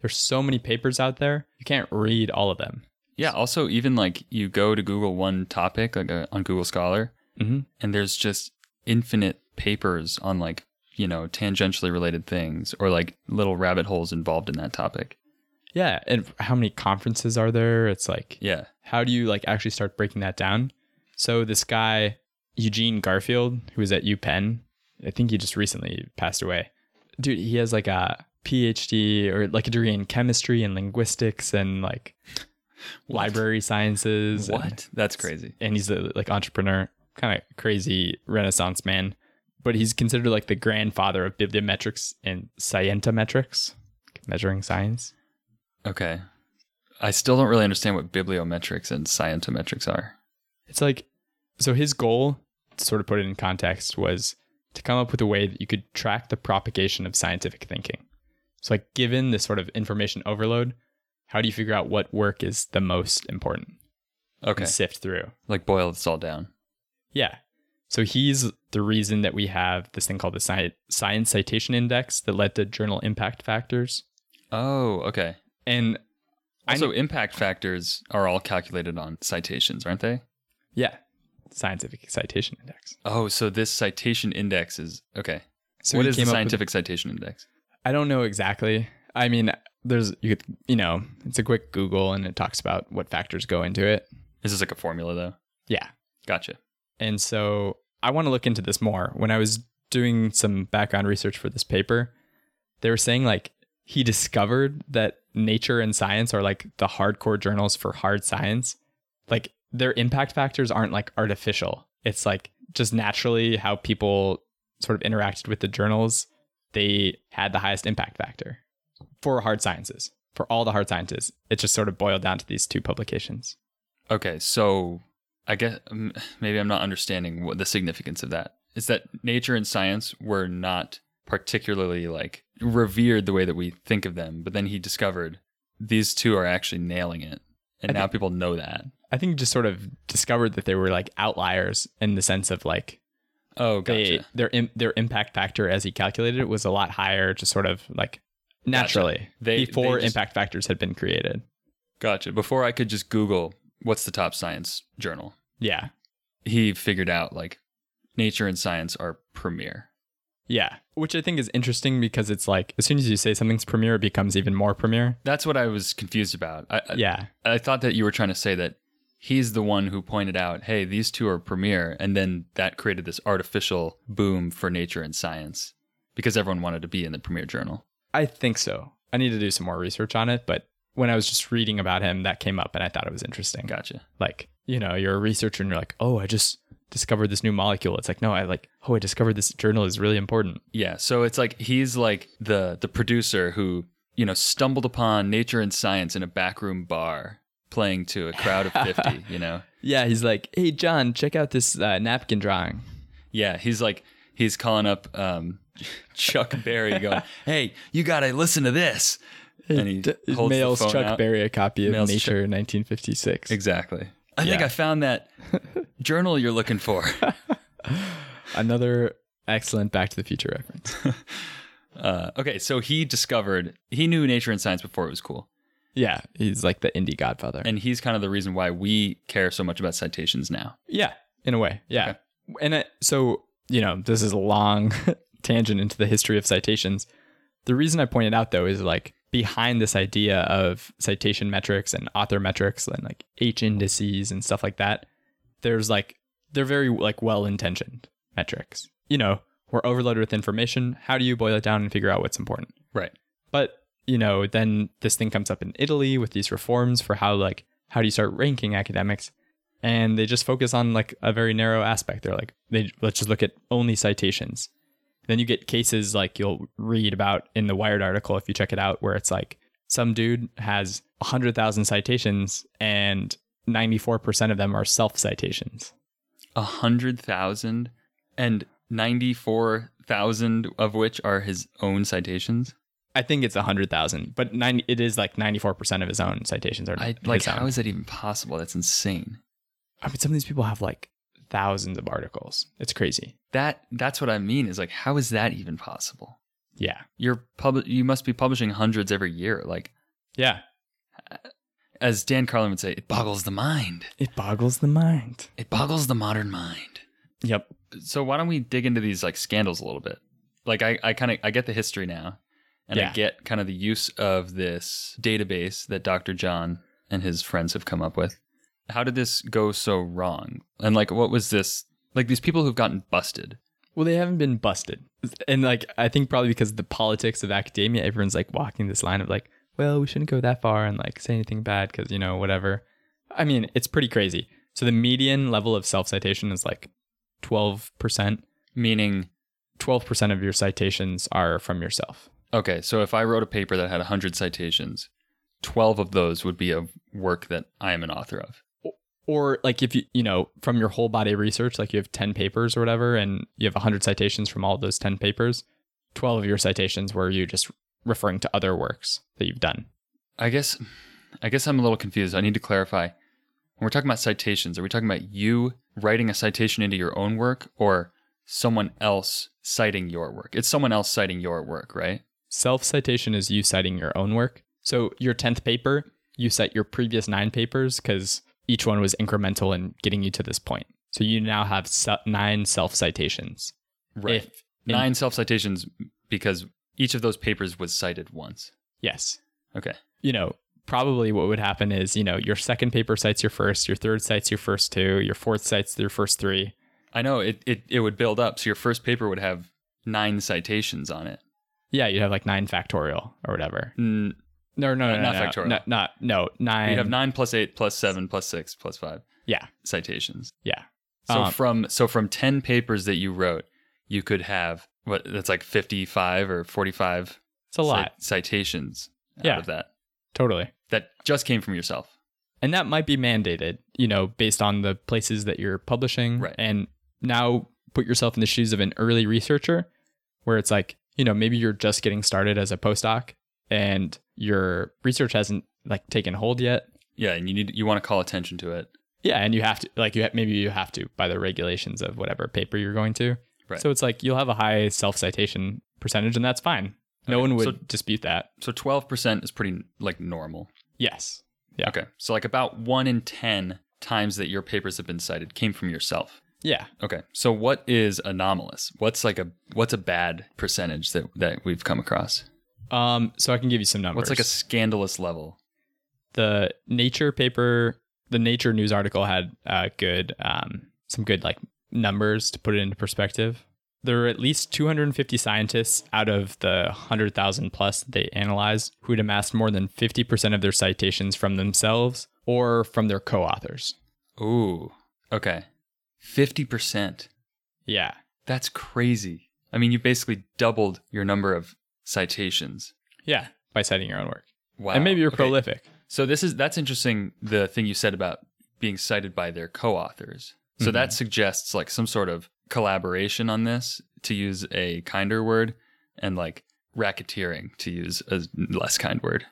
Speaker 1: There's so many papers out there, you can't read all of them.
Speaker 2: Yeah. Also, even like you go to Google one topic, like uh, on Google Scholar,
Speaker 1: Mm-hmm.
Speaker 2: and there's just infinite papers on like, you know, tangentially related things or like little rabbit holes involved in that topic.
Speaker 1: Yeah. And how many conferences are there? It's like,
Speaker 2: Yeah.
Speaker 1: how do you like actually start breaking that down? So this guy Eugene Garfield, who was at UPenn, I think he just recently passed away. Dude, he has like a PhD or like a degree in chemistry and linguistics and like library sciences. and-
Speaker 2: What? That's crazy.
Speaker 1: and he's a like entrepreneur, kind of crazy Renaissance man. But he's considered like the grandfather of bibliometrics and scientometrics, measuring science.
Speaker 2: Okay. I still don't really understand what bibliometrics and scientometrics are.
Speaker 1: It's like, so his goal, to sort of put it in context, was to come up with a way that you could track the propagation of scientific thinking. So, like, given this sort of information overload, how do you figure out what work is the most important
Speaker 2: Okay.
Speaker 1: and sift through?
Speaker 2: Like boil this all down.
Speaker 1: Yeah. So he's the reason that we have this thing called the sci- Science Citation Index that led to journal impact factors.
Speaker 2: Oh, okay.
Speaker 1: And I
Speaker 2: Also,
Speaker 1: know-
Speaker 2: impact factors are all calculated on citations, aren't they?
Speaker 1: yeah, Scientific Citation Index.
Speaker 2: Oh, so this citation index is okay.
Speaker 1: So
Speaker 2: what
Speaker 1: he
Speaker 2: is the
Speaker 1: came up with-
Speaker 2: scientific citation index?
Speaker 1: I don't know exactly. I mean, there's you could you know it's a quick Google and it talks about what factors go into it.
Speaker 2: This is like a formula, though.
Speaker 1: Yeah.
Speaker 2: Gotcha.
Speaker 1: And so I want to look into this more. When I was doing some background research for this paper, they were saying like he discovered that nature and science are like the hardcore journals for hard science. Like their impact factors aren't like artificial. It's like just naturally how people sort of interacted with the journals, they had the highest impact factor for hard sciences, for all the hard sciences. It just sort of boiled down to these two publications.
Speaker 2: Okay, so I guess um, maybe I'm not understanding what the significance of that is. That nature and science were not particularly like revered the way that we think of them, but then he discovered these two are actually nailing it, and
Speaker 1: I
Speaker 2: now people know that.
Speaker 1: I think just sort of discovered that they were like outliers in the sense of like
Speaker 2: Oh, gotcha.
Speaker 1: they their im- their impact factor as he calculated it was a lot higher, just sort of like naturally
Speaker 2: They-
Speaker 1: before
Speaker 2: they just-
Speaker 1: impact factors had been created.
Speaker 2: Gotcha. Before I could just Google what's the top science journal,
Speaker 1: Yeah,
Speaker 2: he figured out like nature and science are premier.
Speaker 1: yeah, which I think is interesting because it's like as soon as you say something's premier, it becomes even more premier.
Speaker 2: That's what I was confused about. I, I-
Speaker 1: Yeah,
Speaker 2: I thought that you were trying to say that he's the one who pointed out, hey, these two are premier, and then that created this artificial boom for nature and science because everyone wanted to be in the premier journal.
Speaker 1: I think so. I need to do some more research on it, but when I was just reading about him, that came up and I thought it was interesting.
Speaker 2: Gotcha.
Speaker 1: like you know you're a researcher and you're like oh i just discovered this new molecule it's like no i like oh i discovered this journal is really important
Speaker 2: Yeah. So it's like he's like the the producer who, you know, stumbled upon nature and science in a backroom bar playing to a crowd of 50, you know.
Speaker 1: yeah he's like hey john check out this uh, napkin drawing
Speaker 2: Yeah, he's like he's calling up um, (laughs) Chuck Berry, going, (laughs) "Hey, you gotta listen to this." And he
Speaker 1: D-
Speaker 2: holds the
Speaker 1: mails
Speaker 2: phone
Speaker 1: chuck
Speaker 2: out.
Speaker 1: berry a copy of
Speaker 2: Mails Chuck-
Speaker 1: nature 1956
Speaker 2: Exactly. I think
Speaker 1: Yeah.
Speaker 2: I found (laughs) that journal you're looking for.
Speaker 1: another excellent back to the future reference
Speaker 2: (laughs) Uh, okay, so he discovered he knew nature and science before it was cool,
Speaker 1: yeah he's like the indie godfather
Speaker 2: and he's kind of the reason why we care so much about citations now.
Speaker 1: yeah in a way yeah and it, so you know this is a long (laughs) tangent into the history of citations the reason i pointed out though is like behind this idea of citation metrics and author metrics and like h indices and stuff like that there's like they're very like well intentioned metrics you know we're overloaded with information how do you boil it down and figure out what's important
Speaker 2: Right.
Speaker 1: but you know then this thing comes up in italy with these reforms for how like how do you start ranking academics and they just focus on like a very narrow aspect they're like they let's just look at only citations then you get cases like you'll read about in the wired article if you check it out where it's like some dude has 100000 citations and 94% of them are self citations
Speaker 2: A hundred thousand and ninety-four thousand of which are his own citations.
Speaker 1: i think it's 100000 but 90, it is like 94% of his own citations are
Speaker 2: I
Speaker 1: his
Speaker 2: like.
Speaker 1: own.
Speaker 2: How is that even possible? That's insane.
Speaker 1: I mean, some of these people have like thousands of articles. It's crazy.
Speaker 2: that that's what I mean is like how is that even possible?
Speaker 1: Yeah.
Speaker 2: You're pub- you must be publishing hundreds every year. Like
Speaker 1: Yeah.
Speaker 2: as Dan Carlin would say, it boggles the mind.
Speaker 1: It boggles the mind.
Speaker 2: It boggles the modern mind.
Speaker 1: Yep.
Speaker 2: So why don't we dig into these like scandals a little bit? Like I, I kind of I get the history now, and I
Speaker 1: Yeah.
Speaker 2: get kind of the use of this database that Dr. John and his friends have come up with. How did this go so wrong? And like what was this? Like these people who've gotten busted.
Speaker 1: Well, they haven't been busted. And like, I think probably because of the politics of academia, everyone's like walking this line of like, well, we shouldn't go that far and like say anything bad because, you know, whatever. I mean, it's pretty crazy. So the median level of self citation is like 12%.
Speaker 2: Meaning,
Speaker 1: 12% of your citations are from yourself.
Speaker 2: okay, so if I wrote a paper that had 100 citations, 12 of those would be of work that I am an author of.
Speaker 1: Or like if you, you know, from your whole body of research, like you have 10 papers or whatever, and you have 100 citations from all those 10 papers, 12 of your citations were you just referring to other works that you've done.
Speaker 2: I guess I guess I'm a little confused. I need to clarify. When we're talking about citations, are we talking about you writing a citation into your own work or someone else citing your work? It's someone else citing your work, right?
Speaker 1: Self citation is you citing your own work. So your 10th paper, you cite your previous nine papers because each one was incremental in getting you to this point. So you now have se- nine self citations.
Speaker 2: Right.
Speaker 1: If-
Speaker 2: Nine self-citations because each of those papers was cited once.
Speaker 1: Yes.
Speaker 2: Okay.
Speaker 1: You know, probably what would happen is, you know, your second paper cites your first, your third cites your first two, your fourth cites your first three.
Speaker 2: I know it, it it would build up. So your first paper would have nine citations on it.
Speaker 1: Yeah, you'd have like nine factorial or whatever.
Speaker 2: Mm,
Speaker 1: No, no, no,
Speaker 2: Uh, not
Speaker 1: no,
Speaker 2: factorial.
Speaker 1: No, not no nine.
Speaker 2: you'd have nine plus eight plus seven plus six plus five
Speaker 1: Yeah,
Speaker 2: citations.
Speaker 1: yeah.
Speaker 2: So
Speaker 1: Um,
Speaker 2: from so from ten papers that you wrote, you could have what that's like fifty five or forty five
Speaker 1: It's a lot,
Speaker 2: citations out
Speaker 1: Yeah.
Speaker 2: of that
Speaker 1: totally.
Speaker 2: that just came from yourself.
Speaker 1: and that might be mandated you know based on the places that you're publishing
Speaker 2: Right.
Speaker 1: and now put yourself in the shoes of an early researcher where it's like you know maybe you're just getting started as a postdoc and your research hasn't like taken hold yet
Speaker 2: Yeah, and you need you want to call attention to it.
Speaker 1: yeah and you have to like you ha- maybe you have to by the regulations of whatever paper you're going to
Speaker 2: Right.
Speaker 1: so it's like you'll have a high self-citation percentage and that's fine no
Speaker 2: Okay.
Speaker 1: one would
Speaker 2: So-
Speaker 1: dispute that
Speaker 2: So twelve percent is pretty like normal.
Speaker 1: yes Yeah.
Speaker 2: Okay, so like about one in ten times that your papers have been cited came from yourself.
Speaker 1: yeah
Speaker 2: Okay, so what is anomalous? What's like a what's a bad percentage that that we've come across?
Speaker 1: um so i can give you some numbers
Speaker 2: What's like a scandalous level?
Speaker 1: the nature paper the nature news article had uh, good um, some good like numbers to put it into perspective there were at least 250 scientists out of the 100000 plus that they analyzed who'd amassed more than 50% of their citations from themselves or from their co-authors
Speaker 2: Ooh, okay, fifty percent.
Speaker 1: yeah
Speaker 2: That's crazy. I mean, you basically doubled your number of citations.
Speaker 1: yeah by citing your own work
Speaker 2: Wow.
Speaker 1: and maybe you're
Speaker 2: Okay,
Speaker 1: prolific
Speaker 2: So this is that's interesting. The thing you said about being cited by their co-authors.
Speaker 1: Mm-hmm.
Speaker 2: So that suggests like some sort of collaboration on this, to use a kinder word, and like racketeering, to use a less kind word.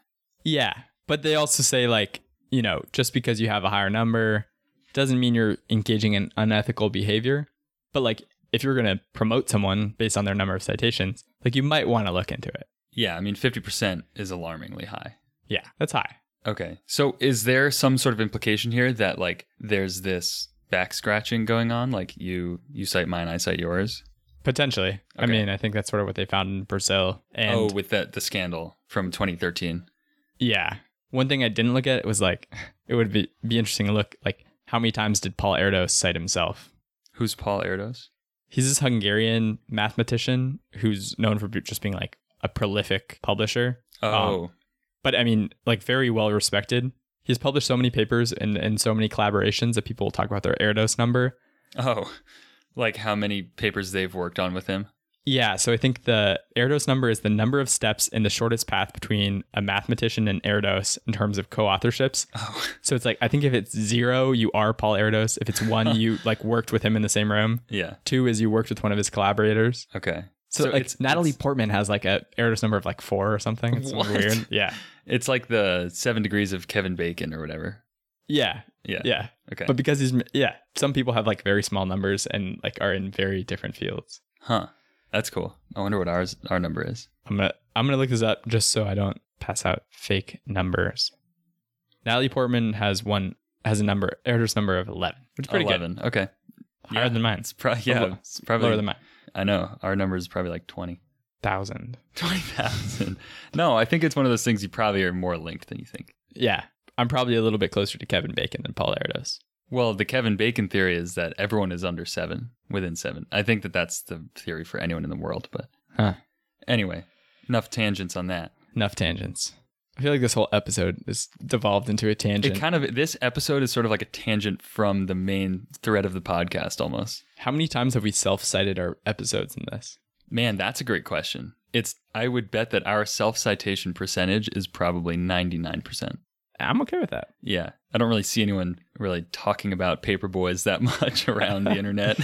Speaker 1: yeah but they also say like you know just because you have a higher number doesn't mean you're engaging in unethical behavior. But like if you're gonna promote someone based on their number of citations, like you might want to look into it.
Speaker 2: Yeah, I mean, fifty percent is alarmingly high.
Speaker 1: Yeah, that's high.
Speaker 2: Okay, so is there some sort of implication here that like there's this back scratching going on? Like you you cite mine, I cite yours.
Speaker 1: Potentially. I
Speaker 2: Okay.
Speaker 1: mean, I think that's sort of what they found in Brazil. And
Speaker 2: oh, with that the scandal from 2013.
Speaker 1: yeah. One thing I didn't look at was like (laughs) it would be, be interesting to look like how many times did Paul Erdos cite himself?
Speaker 2: Who's Paul Erdos?
Speaker 1: He's this Hungarian mathematician who's known for just being like a prolific publisher.
Speaker 2: Oh,
Speaker 1: but I mean, like very well respected. He's published so many papers and, and so many collaborations that people talk about their Erdos number.
Speaker 2: (laughs) oh, like how many papers they've worked on with him?
Speaker 1: Yeah, so I think the Erdos number is the number of steps in the shortest path between a mathematician and Erdos in terms of co-authorships.
Speaker 2: Oh,
Speaker 1: So it's like I think if it's zero, you are Paul Erdos. If it's one,
Speaker 2: (laughs)
Speaker 1: you like worked with him in the same room.
Speaker 2: (laughs) yeah.
Speaker 1: Two is you worked with one of his collaborators.
Speaker 2: Okay.
Speaker 1: So,
Speaker 2: So
Speaker 1: like
Speaker 2: it's-
Speaker 1: Natalie
Speaker 2: it's-
Speaker 1: Portman has like a Erdos number of like four or something. It's
Speaker 2: (laughs) What?
Speaker 1: weird. Yeah.
Speaker 2: It's like the seven degrees of Kevin Bacon or whatever.
Speaker 1: Yeah.
Speaker 2: Yeah.
Speaker 1: Yeah.
Speaker 2: Okay.
Speaker 1: but because he's yeah some people have like very small numbers and like are in very different fields
Speaker 2: huh. That's cool. I wonder what ours our number is.
Speaker 1: i'm gonna i'm gonna look this up just so i don't pass out fake numbers natalie portman has one has a number errors number of 11 which is pretty
Speaker 2: Eleven. Okay.
Speaker 1: good higher
Speaker 2: Yeah.
Speaker 1: than mine
Speaker 2: It's probably yeah.
Speaker 1: Lower-
Speaker 2: It's probably
Speaker 1: lower than mine
Speaker 2: I know our number is probably like twenty.
Speaker 1: thousand
Speaker 2: Twenty thousand. no, I think it's one of those things you probably are more linked than you think.
Speaker 1: yeah i'm probably a little bit closer to kevin bacon than paul erdos
Speaker 2: Well, the Kevin Bacon theory is that everyone is under seven, within seven. I think that that's the theory for anyone in the world. But
Speaker 1: Huh.
Speaker 2: anyway, enough tangents on that.
Speaker 1: enough tangents I feel like this whole episode is devolved into a tangent.
Speaker 2: It kind of this episode is sort of like a tangent from the main thread of the podcast almost.
Speaker 1: How many times have we self-cited our episodes in this?
Speaker 2: Man, that's a great question. It's I would bet that our self-citation percentage is probably 99%.
Speaker 1: I'm okay with that.
Speaker 2: Yeah. I don't really see anyone really talking about paper boys that (laughs) much around the internet.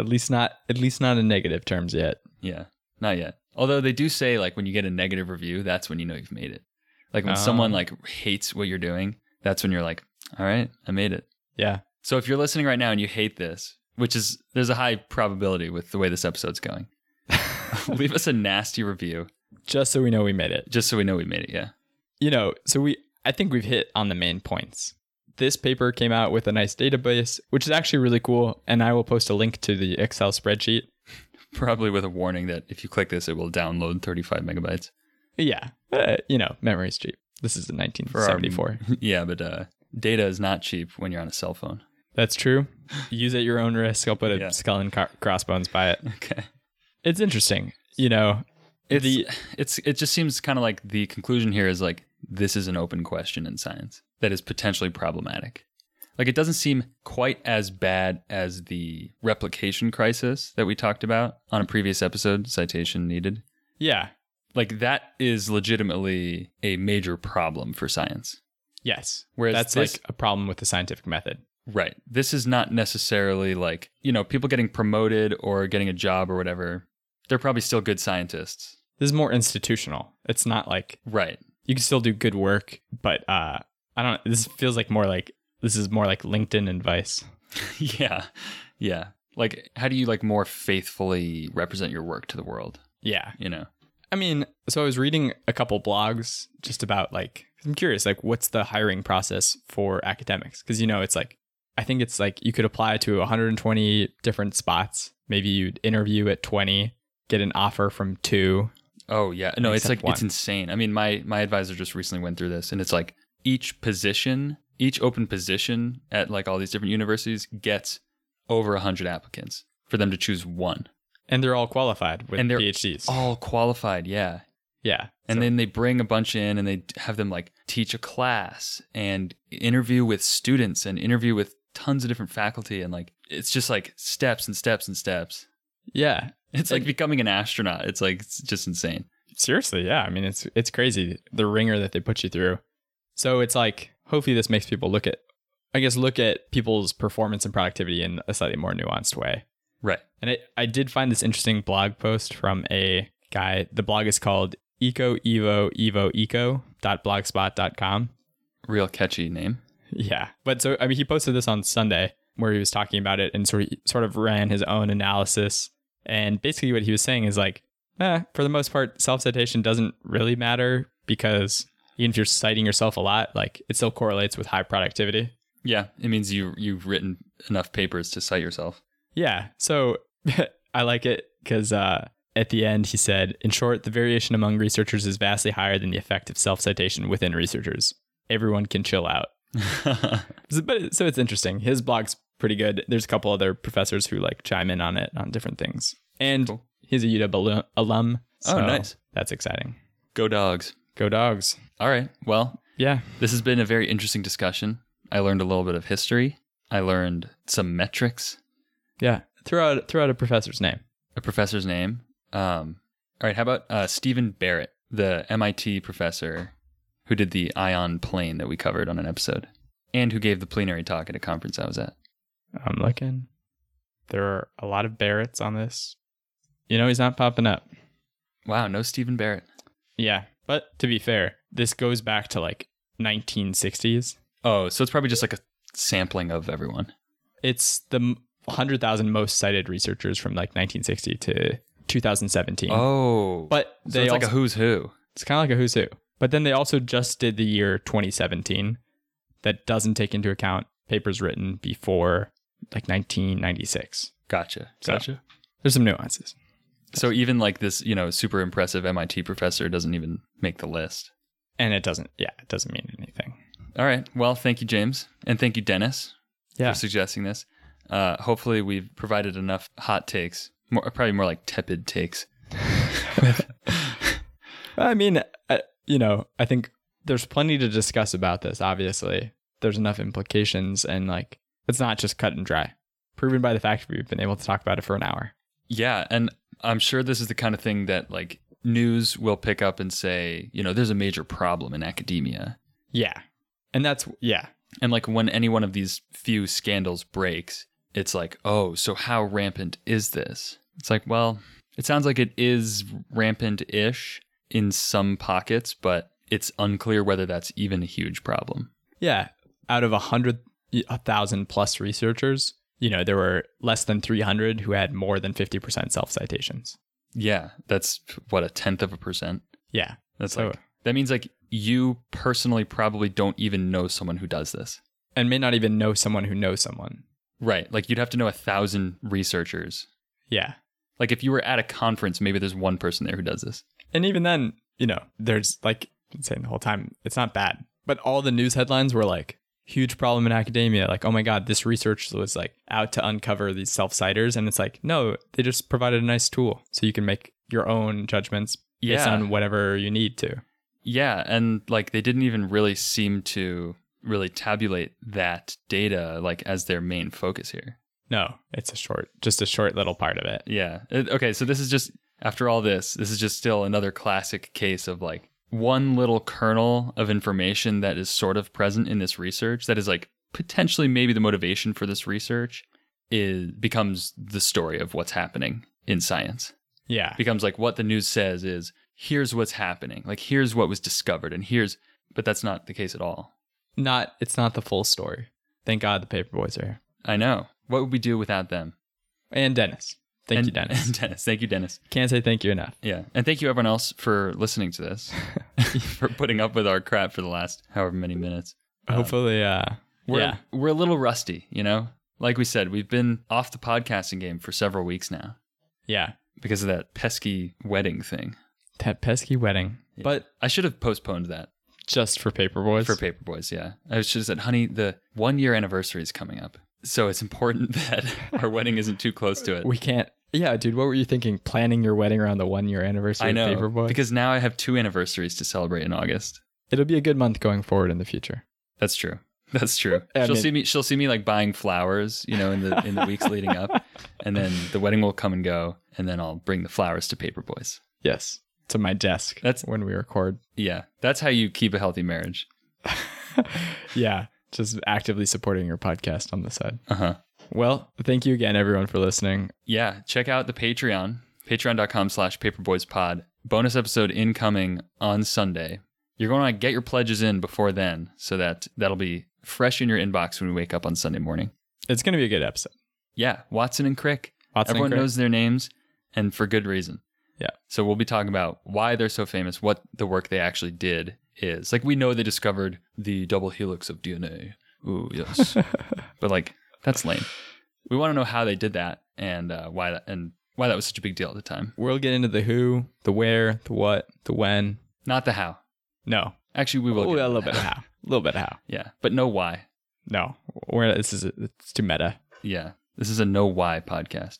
Speaker 1: At least not at least not in negative terms yet.
Speaker 2: Yeah. Not yet. Although they do say like when you get a negative review, that's when you know you've made it. Like when someone
Speaker 1: Oh.
Speaker 2: like hates what you're doing, that's when you're like, all right, I made it.
Speaker 1: Yeah.
Speaker 2: So if you're listening right now and you hate this, which is there's a high probability with the way this episode's (laughs) going, leave us a nasty review
Speaker 1: Just so we know we made it.
Speaker 2: just so we know we made it. Yeah.
Speaker 1: you know, so we I think we've hit on the main points. This paper came out with a nice database, which is actually really cool, and I will post a link to the Excel spreadsheet.
Speaker 2: Probably with a warning that if you click this, it will download 35 megabytes.
Speaker 1: Yeah, uh, you know, memory's cheap. This is in
Speaker 2: For our-
Speaker 1: 1974.
Speaker 2: (laughs) yeah, but uh, data is not cheap when you're on a cell phone. (laughs)
Speaker 1: That's true. Use at your own risk. I'll put a
Speaker 2: Yeah.
Speaker 1: skull and co- crossbones by it.
Speaker 2: Okay.
Speaker 1: It's interesting, you know.
Speaker 2: It's,
Speaker 1: The-
Speaker 2: it's it just seems kind of like the conclusion here is like this is an open question in science that is potentially problematic. Like it doesn't seem quite as bad as the replication crisis that we talked about on a previous episode, citation needed.
Speaker 1: Yeah.
Speaker 2: Like that is legitimately a major problem for science.
Speaker 1: Yes.
Speaker 2: Whereas
Speaker 1: That's
Speaker 2: this-
Speaker 1: like a problem with the scientific method.
Speaker 2: Right. This is not necessarily like, you know, people getting promoted or getting a job or whatever. They're probably still good scientists.
Speaker 1: This is more institutional. It's not like
Speaker 2: Right.
Speaker 1: you can still do good work, but uh I don't this feels like more like this is more like LinkedIn advice.
Speaker 2: (laughs) yeah. Yeah. Like how do you like more faithfully represent your work to the world,
Speaker 1: Yeah.
Speaker 2: you know?
Speaker 1: I mean, so I was reading a couple blogs just about like I'm curious like what's the hiring process for academics because you know it's like I think it's like you could apply to 120 different spots. Maybe you'd interview at 20, get an offer from 2.
Speaker 2: Oh yeah. No, it's
Speaker 1: Except
Speaker 2: like it's
Speaker 1: one.
Speaker 2: insane. I mean, my my advisor just recently went through this and it's like each position, each open position at like all these different universities gets over 100 applicants for them to choose one.
Speaker 1: And they're all qualified with
Speaker 2: And they're
Speaker 1: PhDs.
Speaker 2: All qualified, yeah.
Speaker 1: yeah.
Speaker 2: And
Speaker 1: So-
Speaker 2: then they bring a bunch in and they have them like teach a class and interview with students and interview with tons of different faculty. And like, it's just like steps and steps and steps.
Speaker 1: yeah,
Speaker 2: It's like becoming an astronaut. It's like, it's just insane.
Speaker 1: Seriously, yeah. I mean, it's it's crazy the ringer that they put you through. So it's like hopefully this makes people look at, I guess, look at people's performance and productivity in a slightly more nuanced way.
Speaker 2: Right.
Speaker 1: And I, I did find this interesting blog post from a guy. The blog is called eco evo evo eco dot blogspot.com.
Speaker 2: Real catchy name.
Speaker 1: Yeah. But so I mean he posted this on Sunday where he was talking about it and sort of sort of ran his own analysis. And basically what he was saying is like, eh, for the most part, self-citation doesn't really matter because even if you're citing yourself a lot, like it still correlates with high productivity.
Speaker 2: Yeah. It means you, you've written enough papers to cite yourself. (laughs)
Speaker 1: Yeah. So (laughs) I like it because uh, at the end, he said, in short, the variation among researchers is vastly higher than the effect of self citation within researchers. Everyone can chill out.
Speaker 2: Oh,
Speaker 1: So, but so it's interesting. His blog's pretty good. There's a couple other professors who like chime in on it on different things. And
Speaker 2: Cool.
Speaker 1: he's a UW alum. alum
Speaker 2: Oh,
Speaker 1: so
Speaker 2: nice.
Speaker 1: That's exciting.
Speaker 2: Go dogs.
Speaker 1: Go dogs.
Speaker 2: All right. Well,
Speaker 1: Yeah.
Speaker 2: this has been a very interesting discussion. I learned a little bit of history. I learned some metrics.
Speaker 1: Yeah. Throw out, throw out a professor's name.
Speaker 2: a professor's name. Um, all right, how about uh, Stephen Barrett, the MIT professor who did the ion plane that we covered on an episode and who gave the plenary talk at a conference I was at?
Speaker 1: I'm looking. There are a lot of Barretts on this. You know, he's not popping up.
Speaker 2: Wow, no Stephen Barrett.
Speaker 1: Yeah. But to be fair, this goes back to like 1960s.
Speaker 2: Oh, so it's probably just like a sampling of everyone.
Speaker 1: It's the m- 100,000 most cited researchers from like 1960 to 2017.
Speaker 2: Oh, but
Speaker 1: But
Speaker 2: so
Speaker 1: they
Speaker 2: it's
Speaker 1: also,
Speaker 2: like a who's who.
Speaker 1: it's kind of like a who's who. But then they also just did the year 2017 that doesn't take into account papers written before like 1996.
Speaker 2: Gotcha.
Speaker 1: So-
Speaker 2: Gotcha.
Speaker 1: There's some nuances.
Speaker 2: So, even like this, you know, super impressive MIT professor doesn't even make the list.
Speaker 1: And it doesn't, yeah, it doesn't mean anything.
Speaker 2: All right. Well, thank you, James. And thank you, Dennis,
Speaker 1: Yeah.
Speaker 2: for suggesting this. Uh, hopefully, we've provided enough hot takes, more, probably more like tepid takes.
Speaker 1: I mean, I, you know, I think there's plenty to discuss about this, obviously. There's enough implications and like it's not just cut and dry. Proven by the fact we've been able to talk about it for an hour.
Speaker 2: Yeah, and I'm sure this is the kind of thing that like news will pick up and say, you know, there's a major problem in academia.
Speaker 1: Yeah. And that's yeah.
Speaker 2: And like when any one of these few scandals breaks, it's like, "Oh, so how rampant is this?" It's like, well, it sounds like it is rampant-ish in some pockets, but it's unclear whether that's even a huge problem.
Speaker 1: Yeah. Out of a hundred a thousand plus researchers, you know, there were less than 300 who had more than 50% self citations.
Speaker 2: Yeah, that's what a tenth of a percent.
Speaker 1: Yeah.
Speaker 2: That's
Speaker 1: So-
Speaker 2: like that means like you personally probably don't even know someone who does this.
Speaker 1: And may not even know someone who knows someone.
Speaker 2: Right. Like you'd have to know a thousand researchers.
Speaker 1: Yeah.
Speaker 2: Like if you were at a conference, maybe there's one person there who does this.
Speaker 1: And even then, you know, there's like I've been saying the whole time, it's not bad. But all the news headlines were like huge problem in academia. Like, oh my God, this research was like out to uncover these self citers. And it's like, no, they just provided a nice tool so you can make your own judgments based
Speaker 2: Yeah.
Speaker 1: on whatever you need to.
Speaker 2: Yeah, and like they didn't even really seem to really tabulate that data like as their main focus here.
Speaker 1: No, it's a short, just a short little part of it.
Speaker 2: Yeah. It- okay, so this is just after all this, this is just still another classic case of like one little kernel of information that is sort of present in this research that is like potentially maybe the motivation for this research is becomes the story of what's happening in science.
Speaker 1: Yeah.
Speaker 2: becomes like what the news says is here's what's happening like here's what was discovered and here's but that's not the case at all
Speaker 1: not it's not the full story. Thank God the paper boys are here.
Speaker 2: i know what would we do without them
Speaker 1: And Dennis. Thank
Speaker 2: And-
Speaker 1: you, Dennis.
Speaker 2: and dennis thank you dennis
Speaker 1: Can't say thank you enough.
Speaker 2: yeah and thank you everyone else for listening
Speaker 1: (laughs)
Speaker 2: to this (laughs) for putting up with our crap for the last however many minutes
Speaker 1: Hopefully, uh
Speaker 2: we're,
Speaker 1: yeah.
Speaker 2: we're a little rusty you know like we said we've been off the podcasting game for several weeks now
Speaker 1: Yeah.
Speaker 2: because of that pesky wedding thing
Speaker 1: That pesky wedding. But
Speaker 2: i should have postponed that
Speaker 1: just for paper boys.
Speaker 2: For Paperboys, yeah. I was just said, honey, the one year anniversary is coming up. So it's important (laughs) that our wedding isn't too close to
Speaker 1: (laughs)
Speaker 2: it.
Speaker 1: we can't yeah, dude, what were you thinking? Planning your wedding around the one year anniversary
Speaker 2: I know.
Speaker 1: of Paperboy?
Speaker 2: Because now I have two anniversaries to celebrate in August.
Speaker 1: It'll be a good month going forward in the future.
Speaker 2: That's true. (laughs) That's true.
Speaker 1: I
Speaker 2: she'll
Speaker 1: mean-
Speaker 2: see me she'll see me like buying flowers, you know, in the in the weeks leading up. And then the wedding will come and go, and then I'll bring the flowers to Paperboys.
Speaker 1: Yes. To my desk.
Speaker 2: That's-
Speaker 1: when we record.
Speaker 2: Yeah. That's how you keep a healthy marriage.
Speaker 1: yeah. Just actively supporting your podcast on the side.
Speaker 2: Uh-huh.
Speaker 1: Well, thank you again everyone for listening.
Speaker 2: yeah check out the patreon patreon.com slash paperboyspod bonus episode incoming on sunday you're going to get your pledges in before then so that that'll be fresh in your inbox when we wake up on sunday morning
Speaker 1: It's gonna be a good episode.
Speaker 2: yeah watson and crick
Speaker 1: Watson and
Speaker 2: everyone
Speaker 1: Crick.
Speaker 2: knows their names and for good reason
Speaker 1: Yeah.
Speaker 2: so we'll be talking about why they're so famous what the work they actually did is like we know they discovered the double helix of dna ooh yes (laughs) but like that's lame we want to know how they did that and uh, why that and why that was such a big deal at the time
Speaker 1: We'll get into the who, the where, the what, the when.
Speaker 2: not the how
Speaker 1: No,
Speaker 2: actually we will
Speaker 1: Ooh,
Speaker 2: get
Speaker 1: a
Speaker 2: into
Speaker 1: little
Speaker 2: that.
Speaker 1: bit of how, a (laughs) little bit of how.
Speaker 2: yeah but no why
Speaker 1: No, we're this is it's too meta.
Speaker 2: yeah this is a no why podcast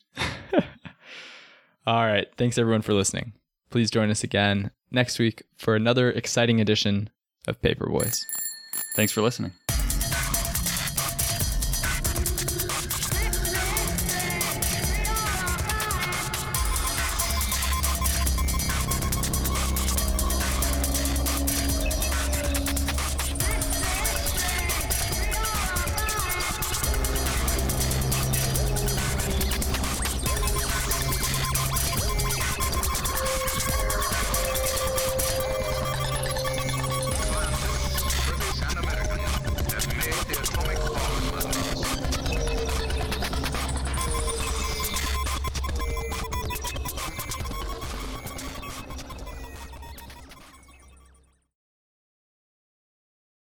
Speaker 1: All right, thanks everyone for listening. Please join us again next week for another exciting edition of Paper Boys.
Speaker 2: thanks for listening